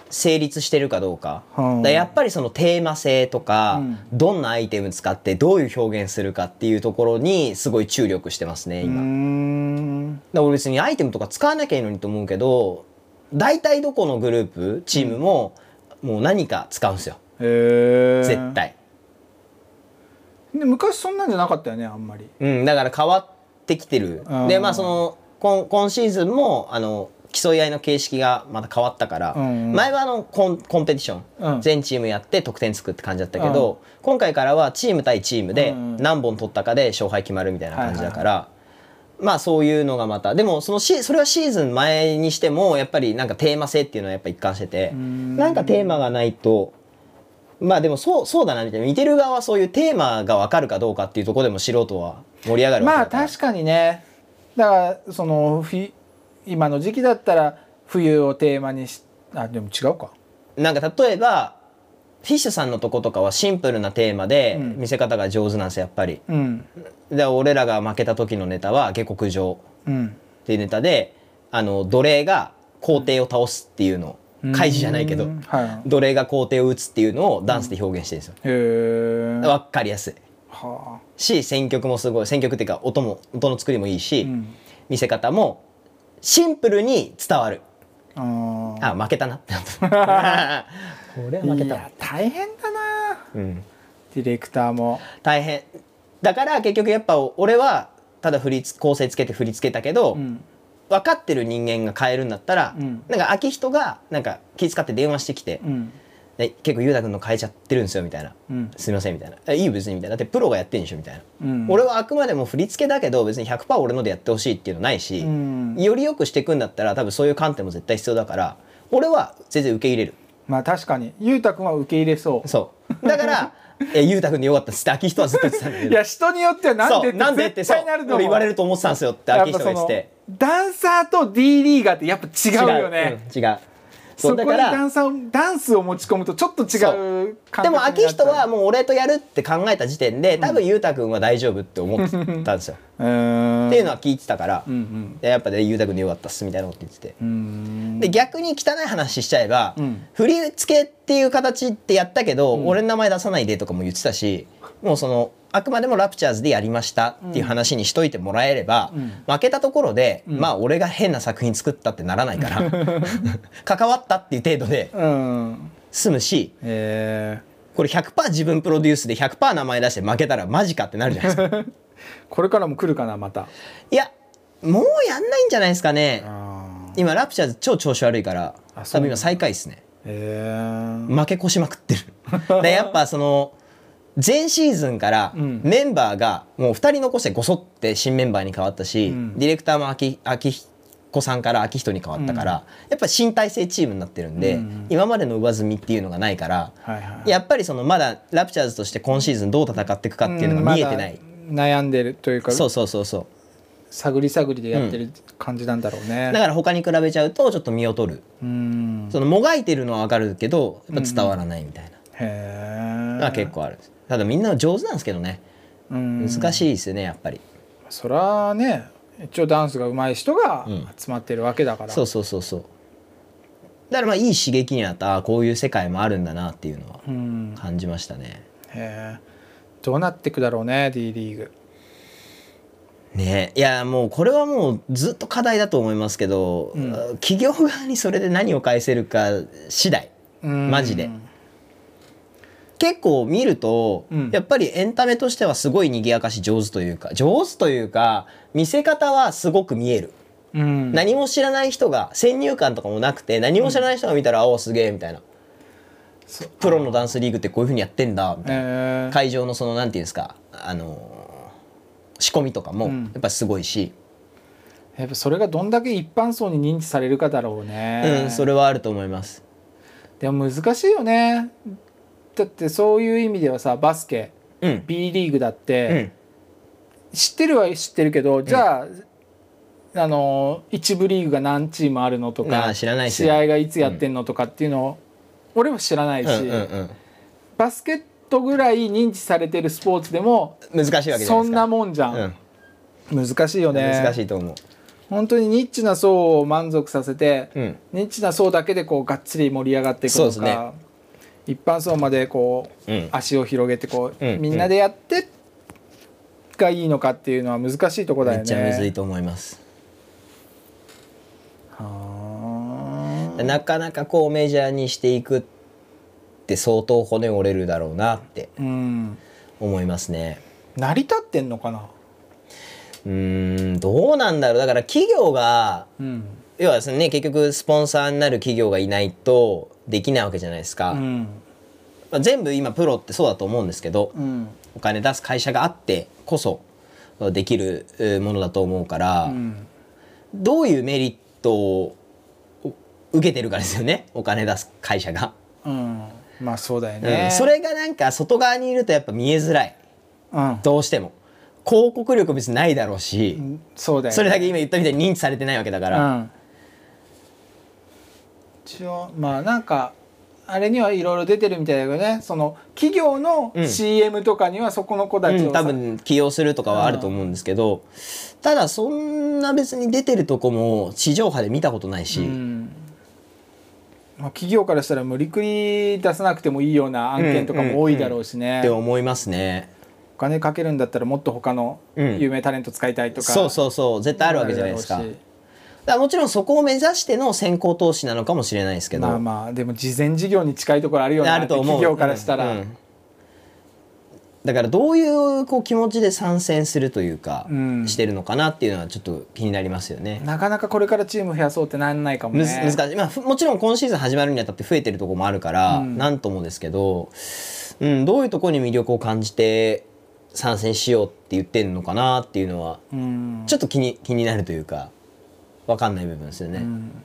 [SPEAKER 2] 成立してるかどうか,、
[SPEAKER 1] うん
[SPEAKER 2] だからやっぱりそのテーマ性とか、
[SPEAKER 1] うん
[SPEAKER 2] どんなアイテム使ってどういう表現するかっていうところにすごい注力してますね
[SPEAKER 1] うー
[SPEAKER 2] 今。
[SPEAKER 1] ん
[SPEAKER 2] だから俺別にアイテムとか使わなきゃいいのにと思うけど大体どこのグループチームも、もう何か使うんですよ
[SPEAKER 1] へー
[SPEAKER 2] 絶対、
[SPEAKER 1] で昔そんなんじゃなかったよねあんまり
[SPEAKER 2] うん、だから変わってきてる
[SPEAKER 1] うん
[SPEAKER 2] でまあその今今シーズンもあの競い合いの形式がまた変わったから、
[SPEAKER 1] うんうん
[SPEAKER 2] 前はあのコンコンペティション、
[SPEAKER 1] うん
[SPEAKER 2] 全チームやって得点つくって感じだったけど、今回からはチーム対チームで
[SPEAKER 1] うんうん
[SPEAKER 2] 何本取ったかで勝敗決まるみたいな感じだから、まあそういうのがまたでもそのシそれはシーズン前にしてもやっぱりなんかテーマ性っていうのはやっぱ一貫してて
[SPEAKER 1] ん
[SPEAKER 2] なんかテーマがないとまあでもそうそうだなみたいな見てる側はそういうテーマが分かるかどうかっていうところでも素人は盛り上がるわけ
[SPEAKER 1] まあ
[SPEAKER 2] だから
[SPEAKER 1] 確かにねだからそのふ今の時期だったら冬をテーマにしあでも違うか
[SPEAKER 2] なんか例えばフィッシュさんのとことかはシンプルなテーマで
[SPEAKER 1] うん
[SPEAKER 2] 見せ方が上手なんですよやっぱり。
[SPEAKER 1] うん
[SPEAKER 2] で俺らが負けた時のネタは「下克上」
[SPEAKER 1] うん
[SPEAKER 2] っていうネタであの奴隷が皇帝を倒すっていうのを開示じゃないけど
[SPEAKER 1] うんはい
[SPEAKER 2] 奴隷が皇帝を打つっていうのをダンスで表現してるんですよ。
[SPEAKER 1] へえ
[SPEAKER 2] わかりやすい
[SPEAKER 1] はあ
[SPEAKER 2] し選曲もすごい選曲っていうか音も音の作りもいいし、
[SPEAKER 1] うん
[SPEAKER 2] 見せ方もシンプルに伝わる。
[SPEAKER 1] あー
[SPEAKER 2] あ負け たなってなった。これは負け
[SPEAKER 1] い
[SPEAKER 2] たわ
[SPEAKER 1] や。大変だな
[SPEAKER 2] うん
[SPEAKER 1] ディレクターも
[SPEAKER 2] 大変だから結局やっぱ俺はただ振りつ構成つけて振り付けたけど、
[SPEAKER 1] うん
[SPEAKER 2] 分かってる人間が変えるんだったら、
[SPEAKER 1] うん
[SPEAKER 2] なんか秋人がなんか気遣って電話してきて、
[SPEAKER 1] うん
[SPEAKER 2] で結構裕太君の変えちゃってるんですよみたいな、
[SPEAKER 1] うん
[SPEAKER 2] すいませんみたいなえいいよ別にみたいなだってプロがやってんでしょみたいな、
[SPEAKER 1] うん
[SPEAKER 2] 俺はあくまでも振り付けだけど別に100%俺のでやってほしいっていうのないし、
[SPEAKER 1] うん
[SPEAKER 2] より良くしていくんだったら多分そういう観点も絶対必要だから俺は全然受け入れる
[SPEAKER 1] まあ確かにゆうたくんは受け入れそ
[SPEAKER 2] そう だから「え裕太君でよかった」っつって秋人はずっと言ってたんだけ
[SPEAKER 1] う
[SPEAKER 2] ど
[SPEAKER 1] いや人によってはなんで
[SPEAKER 2] そうなんでって
[SPEAKER 1] 絶
[SPEAKER 2] そう
[SPEAKER 1] 対なると思
[SPEAKER 2] 俺
[SPEAKER 1] う
[SPEAKER 2] 言われると思ってたんですよって秋人が言って
[SPEAKER 1] やってぱそのダンサーと D リーガーってやっぱ違うよね、
[SPEAKER 2] 違う,、うん違う
[SPEAKER 1] そ
[SPEAKER 2] そう
[SPEAKER 1] こ
[SPEAKER 2] だ
[SPEAKER 1] に
[SPEAKER 2] から
[SPEAKER 1] ダンサーをダンスを持ち込むとちょっと違う感覚
[SPEAKER 2] でも秋人は
[SPEAKER 1] う
[SPEAKER 2] もう俺とやるって考えた時点で多分裕太君は大丈夫って思ってたんですよ、
[SPEAKER 1] ーん
[SPEAKER 2] っていうのは聞いてたから、
[SPEAKER 1] うんうん
[SPEAKER 2] でやっぱね裕太君でよかったっすみたいなこと言ってて、
[SPEAKER 1] うーん
[SPEAKER 2] で逆に汚い話しちゃえば、
[SPEAKER 1] うん
[SPEAKER 2] 振り付けっていう形ってやったけど、俺の名前出さないでとかも言ってたしもうそのあくまでもラプチャーズでやりましたっていう話にしといてもらえれば、負けたところで、まあ俺が変な作品作ったってならないから 関わったっていう程度で
[SPEAKER 1] うん
[SPEAKER 2] 済むし
[SPEAKER 1] え
[SPEAKER 2] これ100%自分プロデュースで100%名前出して負けたらマジかってなるじゃな いですか
[SPEAKER 1] ー、これからも来るかなまた
[SPEAKER 2] いやもうやんないんじゃないですかね
[SPEAKER 1] あー
[SPEAKER 2] 今ラプチャーズ超調子悪いから
[SPEAKER 1] あそう
[SPEAKER 2] 多分今最下位ですね
[SPEAKER 1] えー、
[SPEAKER 2] 負け越しまくってる でやっぱその前シーズンから
[SPEAKER 1] うん
[SPEAKER 2] メンバーがもう2人残してごそって新メンバーに変わったし、
[SPEAKER 1] うん
[SPEAKER 2] ディレクターも秋秋彦さんから秋人に変わったから、やっぱ新体制チームになってるんで、
[SPEAKER 1] うん
[SPEAKER 2] 今までの上積みっていうのがないから、
[SPEAKER 1] はいはい
[SPEAKER 2] やっぱりそのまだラプチャーズとして今シーズンどう戦っていくかっていうのが見えてない、
[SPEAKER 1] うんまだ悩んでるというか
[SPEAKER 2] そうそうそうそう
[SPEAKER 1] 探り探りでやってる感じなんだろうね
[SPEAKER 2] だから他に比べちゃうとちょっと身を取る
[SPEAKER 1] うん
[SPEAKER 2] そのもがいてるのは分かるけどやっぱ伝わらないみたいな
[SPEAKER 1] へ
[SPEAKER 2] の
[SPEAKER 1] え
[SPEAKER 2] が結構あるんですただみんな上手なんですけどね
[SPEAKER 1] うん
[SPEAKER 2] 難しいですよねやっぱり
[SPEAKER 1] そらね一応ダンスが上手い人が
[SPEAKER 2] うん
[SPEAKER 1] 集まってるわけだから、
[SPEAKER 2] そうそうそうそうだからまあいい刺激になったああこういう世界もあるんだなっていうのは
[SPEAKER 1] うん
[SPEAKER 2] 感じましたね
[SPEAKER 1] へえどうなってくだろうね D リーグ
[SPEAKER 2] ねいやもうこれはもうずっと課題だと思いますけど、
[SPEAKER 1] ん
[SPEAKER 2] 企業側にそれで何を返せるか次第
[SPEAKER 1] うん
[SPEAKER 2] マジで結構見ると、
[SPEAKER 1] うん
[SPEAKER 2] やっぱりエンタメとしてはすごい賑やかし上手というか上手というか見せ方はすごく見える
[SPEAKER 1] うん、
[SPEAKER 2] 何も知らない人が先入観とかもなくて何も知らない人が見たら「おおすげえ」みたいな
[SPEAKER 1] そ
[SPEAKER 2] 「プロのダンスリーグってこういうふうにやってんだ」みたいな
[SPEAKER 1] えー
[SPEAKER 2] 会場のそのなんていうんですかあのー仕込みとかも
[SPEAKER 1] うん
[SPEAKER 2] やっぱすごいし、
[SPEAKER 1] やっぱそれがどんだけ一般層に認知されるかだろう
[SPEAKER 2] う
[SPEAKER 1] ね
[SPEAKER 2] ん、それはあると思います
[SPEAKER 1] でも難しいよねだってそういう意味ではさバスケ
[SPEAKER 2] うん
[SPEAKER 1] B リーグだっ
[SPEAKER 2] う
[SPEAKER 1] て、
[SPEAKER 2] ん
[SPEAKER 1] 知ってるは知ってるけどじゃあ、あの一部リーグが何チームあるのと
[SPEAKER 2] あ
[SPEAKER 1] か
[SPEAKER 2] ー知らないっすよ
[SPEAKER 1] 試
[SPEAKER 2] ね
[SPEAKER 1] 合がいつやってんのとかっていうのを、俺は知らないし、
[SPEAKER 2] うんうん
[SPEAKER 1] バスケットぐらい認知されてるスポーツでも
[SPEAKER 2] うん、難しいわけじゃないですか
[SPEAKER 1] そんなもんじゃ、
[SPEAKER 2] うんん
[SPEAKER 1] 難しいよね
[SPEAKER 2] 難しいと思う、
[SPEAKER 1] 本当にニッチな層を満足させて、
[SPEAKER 2] うん、
[SPEAKER 1] ニッチな層だけでこうがっつり盛り上がっていくのか
[SPEAKER 2] そうですね
[SPEAKER 1] 一般層までこう、
[SPEAKER 2] うん
[SPEAKER 1] 足を広げてこう、
[SPEAKER 2] うん
[SPEAKER 1] みんなでやってがいいのかっていうのは難しいとこだ
[SPEAKER 2] め
[SPEAKER 1] よね。
[SPEAKER 2] っちゃむずいと思います
[SPEAKER 1] はあ
[SPEAKER 2] なかなかこうメジャーにしていくって相当骨折れるだろうなって
[SPEAKER 1] うん、
[SPEAKER 2] 思いますね
[SPEAKER 1] 成り立ってんのかな、
[SPEAKER 2] うーんどうなんだろうだから企業が
[SPEAKER 1] うん
[SPEAKER 2] 要はですね結局スポンサーになる企業がいないとできないわけじゃないですか、
[SPEAKER 1] うん
[SPEAKER 2] まあ、全部今プロってそうだと思うんですけど
[SPEAKER 1] うん
[SPEAKER 2] お金出す会社があってこそできるえーものだと思うから、
[SPEAKER 1] うん
[SPEAKER 2] どういうメリットを受けてるかですよねお金出す会社が、
[SPEAKER 1] うん、まあそうだよ
[SPEAKER 2] う
[SPEAKER 1] ね。
[SPEAKER 2] んそれがなんか外側にいるとやっぱ見えづらい
[SPEAKER 1] うん、
[SPEAKER 2] どうしても広告力別にないだろうし、
[SPEAKER 1] そうだよね。
[SPEAKER 2] それだけ今言ったみたいに認知されてないわけだから、
[SPEAKER 1] うん、一応まあなんかあれにはいろいろ出てるみたいだけどねその企業の
[SPEAKER 2] うん
[SPEAKER 1] CM とかにはそこの子たち
[SPEAKER 2] うん
[SPEAKER 1] をさ、
[SPEAKER 2] 多分起用するとかはあると思うんですけど、ただそんな別に出てるとこも地上波で見たことないし、
[SPEAKER 1] うんまあ、企業からしたら無理くり出さなくてもいいような案件とかも多いだろうしね、
[SPEAKER 2] って思いますね。
[SPEAKER 1] お金かけるんだったらもっと他の
[SPEAKER 2] うん
[SPEAKER 1] 有名タレント使いたいとか、
[SPEAKER 2] そうそうそう絶対あるわけじゃないですか。
[SPEAKER 1] な
[SPEAKER 2] だ
[SPEAKER 1] るだ
[SPEAKER 2] か
[SPEAKER 1] ろうし
[SPEAKER 2] らもちろんそこを目指しての先行投資なのかもしれないですけど、
[SPEAKER 1] まあまあでも事前事業に近いところあるよな
[SPEAKER 2] あると思う
[SPEAKER 1] 企業からしたら、
[SPEAKER 2] うんうんだからどういうこう気持ちで参戦するというか、
[SPEAKER 1] うん
[SPEAKER 2] してるのかなっていうのはちょっと気になりますよね。
[SPEAKER 1] なかなかこれからチーム増やそうってなんないかも
[SPEAKER 2] む
[SPEAKER 1] ね
[SPEAKER 2] ず難しい、まあ、ふもちろん今シーズン始まるにあたって増えてるところもあるから、
[SPEAKER 1] うん
[SPEAKER 2] なんともですけど、うん、どういうところに魅力を感じて参戦しようって言ってんのかなっていうのは
[SPEAKER 1] うん
[SPEAKER 2] ちょっと気に気になるというか分かんない部分ですよね。
[SPEAKER 1] うん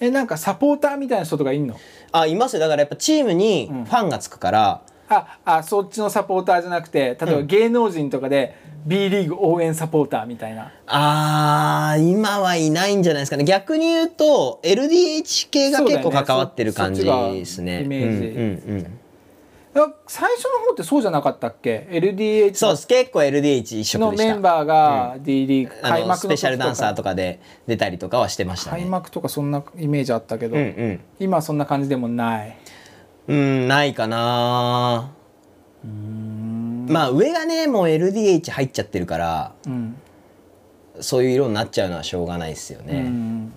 [SPEAKER 1] えなんかサポーターみたいな人とかいんの
[SPEAKER 2] あいますよだからやっぱチームにフ
[SPEAKER 1] うん
[SPEAKER 2] ァンがつくから、
[SPEAKER 1] ああそっちのサポーターじゃなくて例えば芸能人とかで B リーグ応援サポーターみたいな、
[SPEAKER 2] あー今はいないんじゃないですかね逆に言うと LDH 系が
[SPEAKER 1] そうだよ
[SPEAKER 2] 結
[SPEAKER 1] ね
[SPEAKER 2] 構関わってる感じ
[SPEAKER 1] そそっちが
[SPEAKER 2] ですね。
[SPEAKER 1] イメージ
[SPEAKER 2] うんうんうん
[SPEAKER 1] あ最初の方ってそうじゃなかったっけ LDH
[SPEAKER 2] そうです結構 LDH 一色
[SPEAKER 1] の
[SPEAKER 2] でし
[SPEAKER 1] メ
[SPEAKER 2] た
[SPEAKER 1] ンバーが D リーグ
[SPEAKER 2] あ
[SPEAKER 1] 開
[SPEAKER 2] の
[SPEAKER 1] 幕
[SPEAKER 2] ス
[SPEAKER 1] の
[SPEAKER 2] ペ
[SPEAKER 1] 時
[SPEAKER 2] シャルダンサー
[SPEAKER 1] とか
[SPEAKER 2] とかで出たりとかはしてました
[SPEAKER 1] 開
[SPEAKER 2] ね。
[SPEAKER 1] 幕とかそんなイメージあったけど、
[SPEAKER 2] うんうん。
[SPEAKER 1] 今はそんな感じでもない
[SPEAKER 2] うん、ないかなまあ上がねもう LDH 入っちゃってるから
[SPEAKER 1] うん、
[SPEAKER 2] そういう色になっちゃうのはしょうがないですよ
[SPEAKER 1] う
[SPEAKER 2] ね。
[SPEAKER 1] ん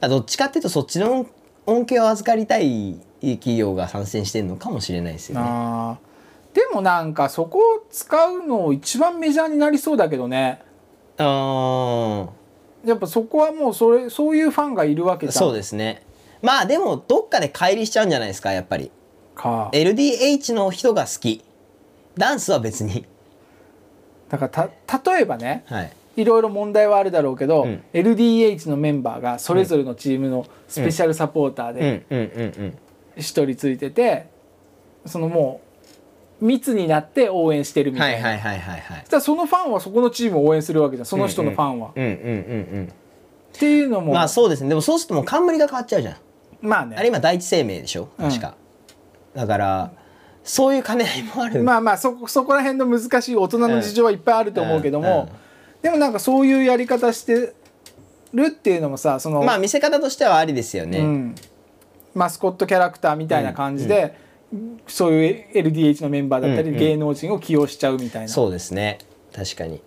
[SPEAKER 2] あどっちかっていうとそっちの恩恵を預かりたい企業が参戦してるのかもしれないですよね。
[SPEAKER 1] あーでもなんかそこを使うの一番メジャーになりそうだけどね
[SPEAKER 2] あー
[SPEAKER 1] やっぱそこはもうそれそういうファンがいるわけじゃん
[SPEAKER 2] そうですね。まあでもどっかで乖離しちゃうんじゃないですかやっぱり。
[SPEAKER 1] か
[SPEAKER 2] LDH の人が好き。ダンスは別に。
[SPEAKER 1] だからた例えばね
[SPEAKER 2] はい。
[SPEAKER 1] いろいろ問題はあるだろうけど、
[SPEAKER 2] うん
[SPEAKER 1] LDH のメンバーがそれぞれのチームのスペシャルサポーター
[SPEAKER 2] うん
[SPEAKER 1] で
[SPEAKER 2] うんうんうん。
[SPEAKER 1] 一人ついてて、そのもう密になって応援してるみた
[SPEAKER 2] はいい
[SPEAKER 1] な、
[SPEAKER 2] はいはいはいはい
[SPEAKER 1] そし。たらそのファンはそこのチームを応援するわけじゃんその人のファンは、っ
[SPEAKER 2] うんうんうん
[SPEAKER 1] ていうの
[SPEAKER 2] う
[SPEAKER 1] も
[SPEAKER 2] んまあそうですねでもそうするともう冠が変わっちゃうじゃん
[SPEAKER 1] まあね
[SPEAKER 2] あれ今第一生命でしょ確か、だからそういう兼ね合いもある、
[SPEAKER 1] まあまあそこそこら辺の難しい大人の事情はいっぱいあると思うけども、
[SPEAKER 2] うんうん
[SPEAKER 1] でもなんかそういうやり方してるっていうのもさその、
[SPEAKER 2] まあ見せ方としてはありですよね、
[SPEAKER 1] うん、マスコットキャラクターみたいな感じで、そういう LDH のメンバーだったり、
[SPEAKER 2] うんうん
[SPEAKER 1] 芸能人を起用しちゃうみたいな
[SPEAKER 2] そうですね確かに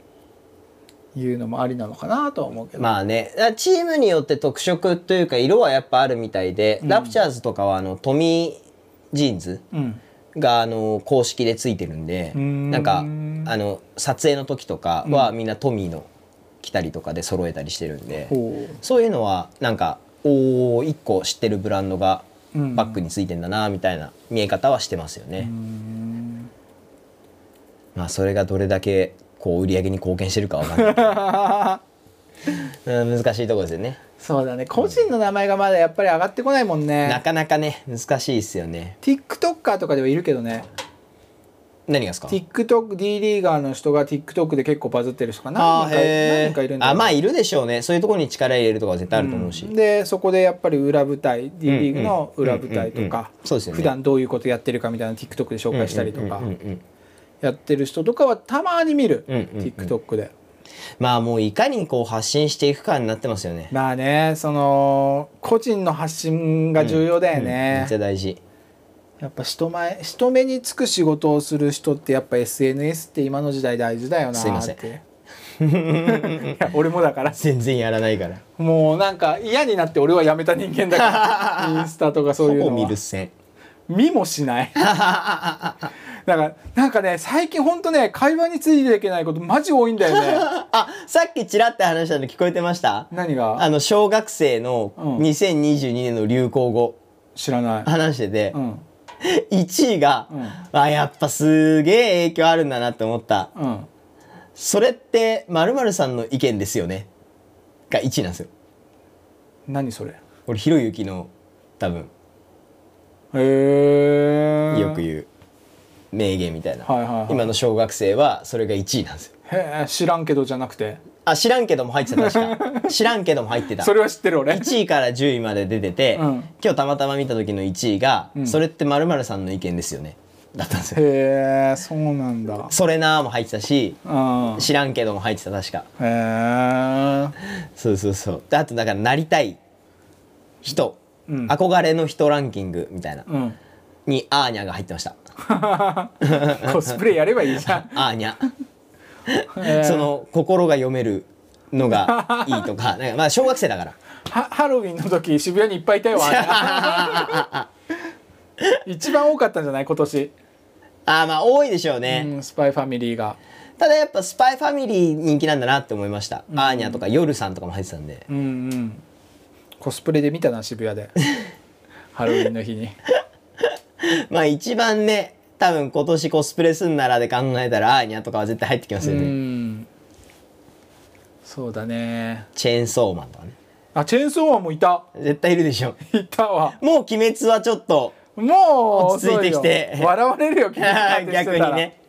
[SPEAKER 1] いうのもありなのかなとは思うけど、
[SPEAKER 2] まあねだからチームによって特色というか色はやっぱあるみたいで、ラプチャーズとかはあのトミージーンズ
[SPEAKER 1] うん
[SPEAKER 2] があの公式でついてるんで
[SPEAKER 1] ーん
[SPEAKER 2] なんかあの撮影の時とかはみんなトミーの来たりとかで揃えたりしてるんで
[SPEAKER 1] ほ
[SPEAKER 2] そういうのはなんかおー1個知ってるブランドが
[SPEAKER 1] うん
[SPEAKER 2] バッグについてんだなみたいな見え方はしてますよね
[SPEAKER 1] うう、ん
[SPEAKER 2] まあそれがどれだけこう売り上げに貢献してるかわかんないうん難しいところですよね
[SPEAKER 1] そうだね個人の名前がまだやっぱり上がってこないもん
[SPEAKER 2] な
[SPEAKER 1] ね
[SPEAKER 2] かなかね難しいですよね
[SPEAKER 1] TikToker とかではいるけどね
[SPEAKER 2] 何がですか
[SPEAKER 1] TikTok D リーガーの人が TikTok で結構バズってる人かな何人
[SPEAKER 2] ー
[SPEAKER 1] か何人かいるんだよ
[SPEAKER 2] あ
[SPEAKER 1] ね
[SPEAKER 2] まあいるでしょうねそういうところに力入れるとかは絶対あると思うし、
[SPEAKER 1] でそこでやっぱり裏舞台 D リーグの裏舞台と
[SPEAKER 2] うんうんうんうん
[SPEAKER 1] か
[SPEAKER 2] そうですよね
[SPEAKER 1] 普段どういうことやってるかみたいなの TikTok で紹介したりとか
[SPEAKER 2] うんうんうんうん
[SPEAKER 1] やってる人とかはたまに見る
[SPEAKER 2] うんうんうん
[SPEAKER 1] TikTok で
[SPEAKER 2] まあもういかにこう発信していくかになってますよね
[SPEAKER 1] まあねその個人の発信が重要だよ
[SPEAKER 2] め
[SPEAKER 1] ね
[SPEAKER 2] っちゃ大事
[SPEAKER 1] やっぱ人前人目につく仕事をする人ってやっぱ SNS って今の時代大事だよなって
[SPEAKER 2] すいません
[SPEAKER 1] いや 俺もだから
[SPEAKER 2] 全然やらないから
[SPEAKER 1] もうなんか嫌になって俺はやめた人間だから インスタとかそういう
[SPEAKER 2] ほぼ
[SPEAKER 1] の
[SPEAKER 2] 見
[SPEAKER 1] は
[SPEAKER 2] る線
[SPEAKER 1] 見もし ないだからなんかね最近ほんとね会話についていけないことマジ多いんだよ ね
[SPEAKER 2] あさっきちらって話したの聞こえてました
[SPEAKER 1] 何が
[SPEAKER 2] あの小学生の
[SPEAKER 1] うん
[SPEAKER 2] 2022年の流行語
[SPEAKER 1] 知らない、
[SPEAKER 2] 話してて、
[SPEAKER 1] うん
[SPEAKER 2] 1位が、あやっぱすげえ影響あるんだなって思った
[SPEAKER 1] うん、
[SPEAKER 2] それってまるさんの意見ですよねが1位なんですよ
[SPEAKER 1] 何それへ
[SPEAKER 2] 俺ひろゆきの多分
[SPEAKER 1] え
[SPEAKER 2] よく言う名言みたいな、
[SPEAKER 1] はいはいはい
[SPEAKER 2] 今の小学生はそれが1位なんですよ
[SPEAKER 1] へえ知らんけどじゃなくて
[SPEAKER 2] あ知らんけども入ってた 確か知らんけども入ってた
[SPEAKER 1] それは知ってる 俺
[SPEAKER 2] 1位から10位まで出てて、
[SPEAKER 1] うん
[SPEAKER 2] 今日たまたま見た時の1位が、
[SPEAKER 1] うん
[SPEAKER 2] それってまるさんの意見ですよねだったんですよ
[SPEAKER 1] へえそうなんだ
[SPEAKER 2] それなーも入ってたし
[SPEAKER 1] うんへ
[SPEAKER 2] 知らんけども入ってた確か
[SPEAKER 1] え
[SPEAKER 2] そうそうそうであとだからなりたい人、
[SPEAKER 1] うん
[SPEAKER 2] 憧れの人ランキングみたいな
[SPEAKER 1] うん
[SPEAKER 2] にアーニャが入ってました
[SPEAKER 1] コスプレやればいいじゃん
[SPEAKER 2] アーニャ
[SPEAKER 1] へえ
[SPEAKER 2] その心が読める のがいいとかなんかまあ小学生だから
[SPEAKER 1] はハロウィンの時渋谷にいっぱいいたよあ れ一番多かったんじゃない今年、
[SPEAKER 2] あーまあ多いでしょうね、
[SPEAKER 1] うん、スパイファミリーが
[SPEAKER 2] ただやっぱスパイファミリー人気なんだなって思いました、アーニャとかヨルさんとかも入ってたんで
[SPEAKER 1] うんうんコスプレで見たな渋 谷でハロウィンの日に
[SPEAKER 2] まあ一番ね多分今年コスプレすんならで考えたらアーニャとかは絶対入ってきます
[SPEAKER 1] う
[SPEAKER 2] よね、
[SPEAKER 1] んそうだね
[SPEAKER 2] チェーンソーマンとかね
[SPEAKER 1] あチェーンソーマンもいた
[SPEAKER 2] 絶対いるでしょ
[SPEAKER 1] いたわ
[SPEAKER 2] もう鬼滅はちょ っと
[SPEAKER 1] もう
[SPEAKER 2] 落ち着いてきて
[SPEAKER 1] 遅いよ笑われるよ君なんてして
[SPEAKER 2] 逆
[SPEAKER 1] た
[SPEAKER 2] に
[SPEAKER 1] ら
[SPEAKER 2] ね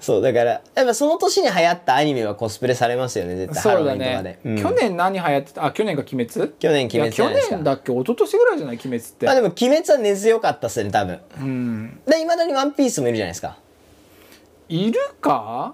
[SPEAKER 2] そうだからやっぱその年に流行ったアニメはコスプレされますよね絶対ハ
[SPEAKER 1] そ
[SPEAKER 2] ロ
[SPEAKER 1] う
[SPEAKER 2] ウ
[SPEAKER 1] だ
[SPEAKER 2] ィンとかで
[SPEAKER 1] ね、、
[SPEAKER 2] うん
[SPEAKER 1] 去年何流行ってたあ去年が鬼滅
[SPEAKER 2] 去年鬼
[SPEAKER 1] いや
[SPEAKER 2] 滅じゃ
[SPEAKER 1] 去
[SPEAKER 2] ないですか
[SPEAKER 1] 年だっけ一昨年ぐらいじゃない鬼滅って、
[SPEAKER 2] まあでも鬼滅は根強かったっすね多分
[SPEAKER 1] うん
[SPEAKER 2] でいまだにワンピースもいるじゃないですか
[SPEAKER 1] いるか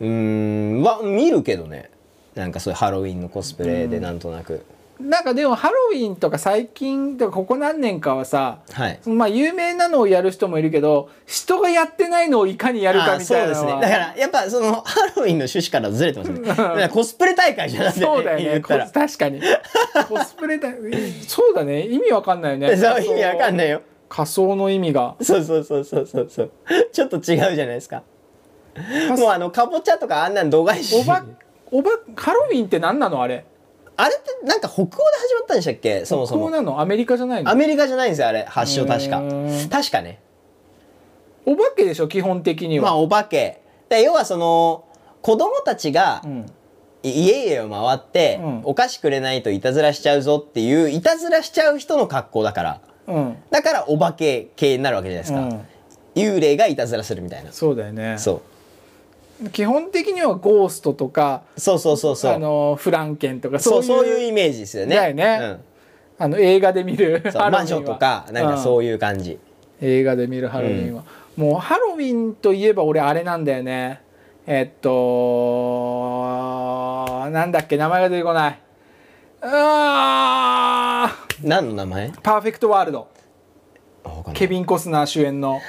[SPEAKER 2] うーんは見るけどねなんかそういうハロウィンのコスプレでなんとなく、
[SPEAKER 1] なんかでもハロウィンとか最近とかここ何年かはさ
[SPEAKER 2] はい
[SPEAKER 1] まあ有名なのをやる人もいるけど人がやってないのをいかにやるか
[SPEAKER 2] あ
[SPEAKER 1] み
[SPEAKER 2] そ
[SPEAKER 1] たいう
[SPEAKER 2] で
[SPEAKER 1] な
[SPEAKER 2] す
[SPEAKER 1] の
[SPEAKER 2] ねだ
[SPEAKER 1] は
[SPEAKER 2] からやっぱそのハロウィンの趣旨からずれてますねだからコスプレ大会じゃなくて、
[SPEAKER 1] そうだよね
[SPEAKER 2] 言ったら
[SPEAKER 1] こ確かにコスプレだそうだね意味わかんないよね
[SPEAKER 2] そう意味わかんないいよ
[SPEAKER 1] 仮想の意味が
[SPEAKER 2] そうそうそうそうそうそうちょっと違うじゃないですかもうあのかぼちゃとかあんなん動画し
[SPEAKER 1] お ばおばハロウィンって何なのあれ
[SPEAKER 2] あれってなんか北欧で始まったんでしたっけそもそ
[SPEAKER 1] そう
[SPEAKER 2] も
[SPEAKER 1] なのアメリカじゃないの
[SPEAKER 2] アメリカじゃないんですよあれ発祥確
[SPEAKER 1] へ
[SPEAKER 2] か
[SPEAKER 1] ー
[SPEAKER 2] 確かね
[SPEAKER 1] お化けでしょ基本的に
[SPEAKER 2] ま
[SPEAKER 1] は、
[SPEAKER 2] あお化けで要はその子供たちが
[SPEAKER 1] うん、
[SPEAKER 2] い家々を回って、
[SPEAKER 1] うん
[SPEAKER 2] お菓子くれないといたずらしちゃうぞっていういたずらしちゃう人の格好だから
[SPEAKER 1] うん
[SPEAKER 2] だからお化け系になるわけじゃないですか、
[SPEAKER 1] うん
[SPEAKER 2] 幽霊がいたずらするみたいな、
[SPEAKER 1] そうだよね
[SPEAKER 2] そう
[SPEAKER 1] 基本的にはゴーストとか
[SPEAKER 2] そうそうそうそう
[SPEAKER 1] あのフランケンとか
[SPEAKER 2] そう
[SPEAKER 1] そ
[SPEAKER 2] そうう
[SPEAKER 1] いう
[SPEAKER 2] いうイメージですよね
[SPEAKER 1] だよねあの映画で見る
[SPEAKER 2] うんそう
[SPEAKER 1] ハロウィ
[SPEAKER 2] 魔
[SPEAKER 1] ンは
[SPEAKER 2] 女とかなんかそうういう感じ、
[SPEAKER 1] ん映画で見るハロウィンは、もうハロウィンといえば俺あれなんだよねえっとなんだっけ名前が出てこないあー
[SPEAKER 2] 何の名前
[SPEAKER 1] パーフェクトワールド
[SPEAKER 2] あわかんない
[SPEAKER 1] ケビン・コスナー主演の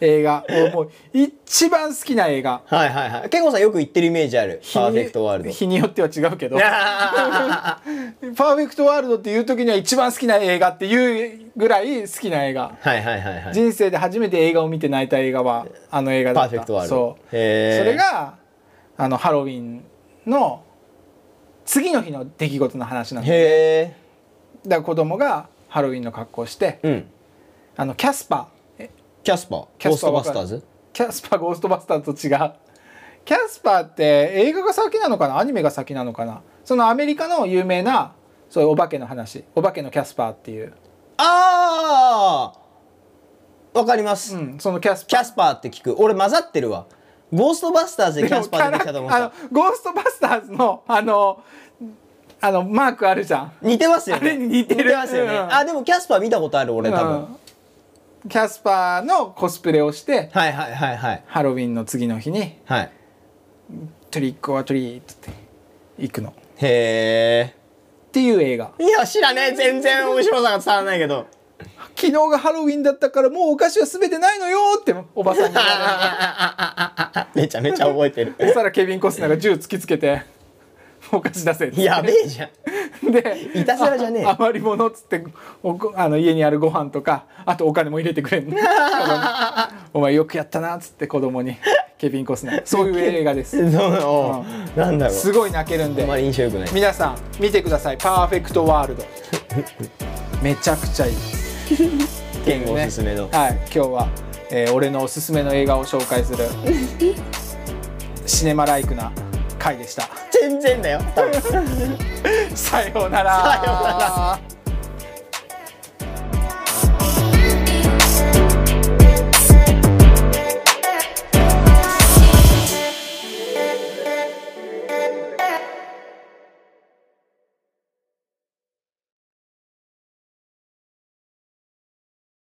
[SPEAKER 1] 映画俺もう一番好きな映画
[SPEAKER 2] はいはいはいケンコさんよく言ってるイメージある
[SPEAKER 1] 日に
[SPEAKER 2] パーフェクトワールド
[SPEAKER 1] 日によっては違うけどパ
[SPEAKER 2] は
[SPEAKER 1] ーフェクトワールドっていう時には一番好きな映画っていうぐらい好きな映画
[SPEAKER 2] いはいはいはい
[SPEAKER 1] 人生で初めて映画を見て泣いた映画はあの映画だった
[SPEAKER 2] パーフェクトワールド
[SPEAKER 1] そうそ
[SPEAKER 2] へー
[SPEAKER 1] れがあのハロウィンの次の日の出来事の話なんです
[SPEAKER 2] へ
[SPEAKER 1] だから子供がハロウィンの格好をして
[SPEAKER 2] えうん
[SPEAKER 1] あのキャスパーえ
[SPEAKER 2] キャスパー
[SPEAKER 1] キャ
[SPEAKER 2] ゴー
[SPEAKER 1] ス
[SPEAKER 2] ス
[SPEAKER 1] パー
[SPEAKER 2] トバスターズ
[SPEAKER 1] キャスパーゴーストバスターズと違うキャスパーって映画が先なのかなアニメが先なのかなそのアメリカの有名なそういうお化けの話お化けのキャスパーっていう、
[SPEAKER 2] ああわかります、
[SPEAKER 1] うん、そのキャスパー
[SPEAKER 2] キャスパーって聞く俺混ざってるわゴーストバスターズでキャスパー出てきたと思っ
[SPEAKER 1] あの
[SPEAKER 2] た
[SPEAKER 1] ゴーストバスターズのあのあのマークあるじゃん
[SPEAKER 2] 似てますよね
[SPEAKER 1] あれに似てる
[SPEAKER 2] ますよね、
[SPEAKER 1] うん
[SPEAKER 2] あでもキャスパー見たことある俺多分、
[SPEAKER 1] うんキャスパーのコスプレをして
[SPEAKER 2] はいはいはいはい
[SPEAKER 1] ハロウィンの次の日に
[SPEAKER 2] はい
[SPEAKER 1] トリックオアトリートって行くのっ
[SPEAKER 2] へ
[SPEAKER 1] ていう映画
[SPEAKER 2] えいや知らねえ全然面白さが伝わらない けど
[SPEAKER 1] 昨日がハロウィンだったからもうお菓子は全てないのよっておばさんに言われる
[SPEAKER 2] めちゃめちゃ覚えてる
[SPEAKER 1] そしたらケビン・コスナーが銃突きつけて「お菓子出せ」って
[SPEAKER 2] やべえじゃん
[SPEAKER 1] で
[SPEAKER 2] いたずらじゃねえ
[SPEAKER 1] あ余り物っつっておこあの家にあるご飯とかあとお金も入れてくれるお前よくやったなっつって子供にケビン・コスナーそういう映画です
[SPEAKER 2] そうなんだろう
[SPEAKER 1] すごい泣けるん
[SPEAKER 2] あ
[SPEAKER 1] で
[SPEAKER 2] んまり印象良くない
[SPEAKER 1] 皆さん見てください「パーフェクトワールド」めちゃくちゃいい
[SPEAKER 2] 健吾おすすめの
[SPEAKER 1] はい、今日は、えー俺のおすすめの映画を紹介するシネマライクな回でした
[SPEAKER 2] 全然だよ多分
[SPEAKER 1] さようなら
[SPEAKER 2] さようなら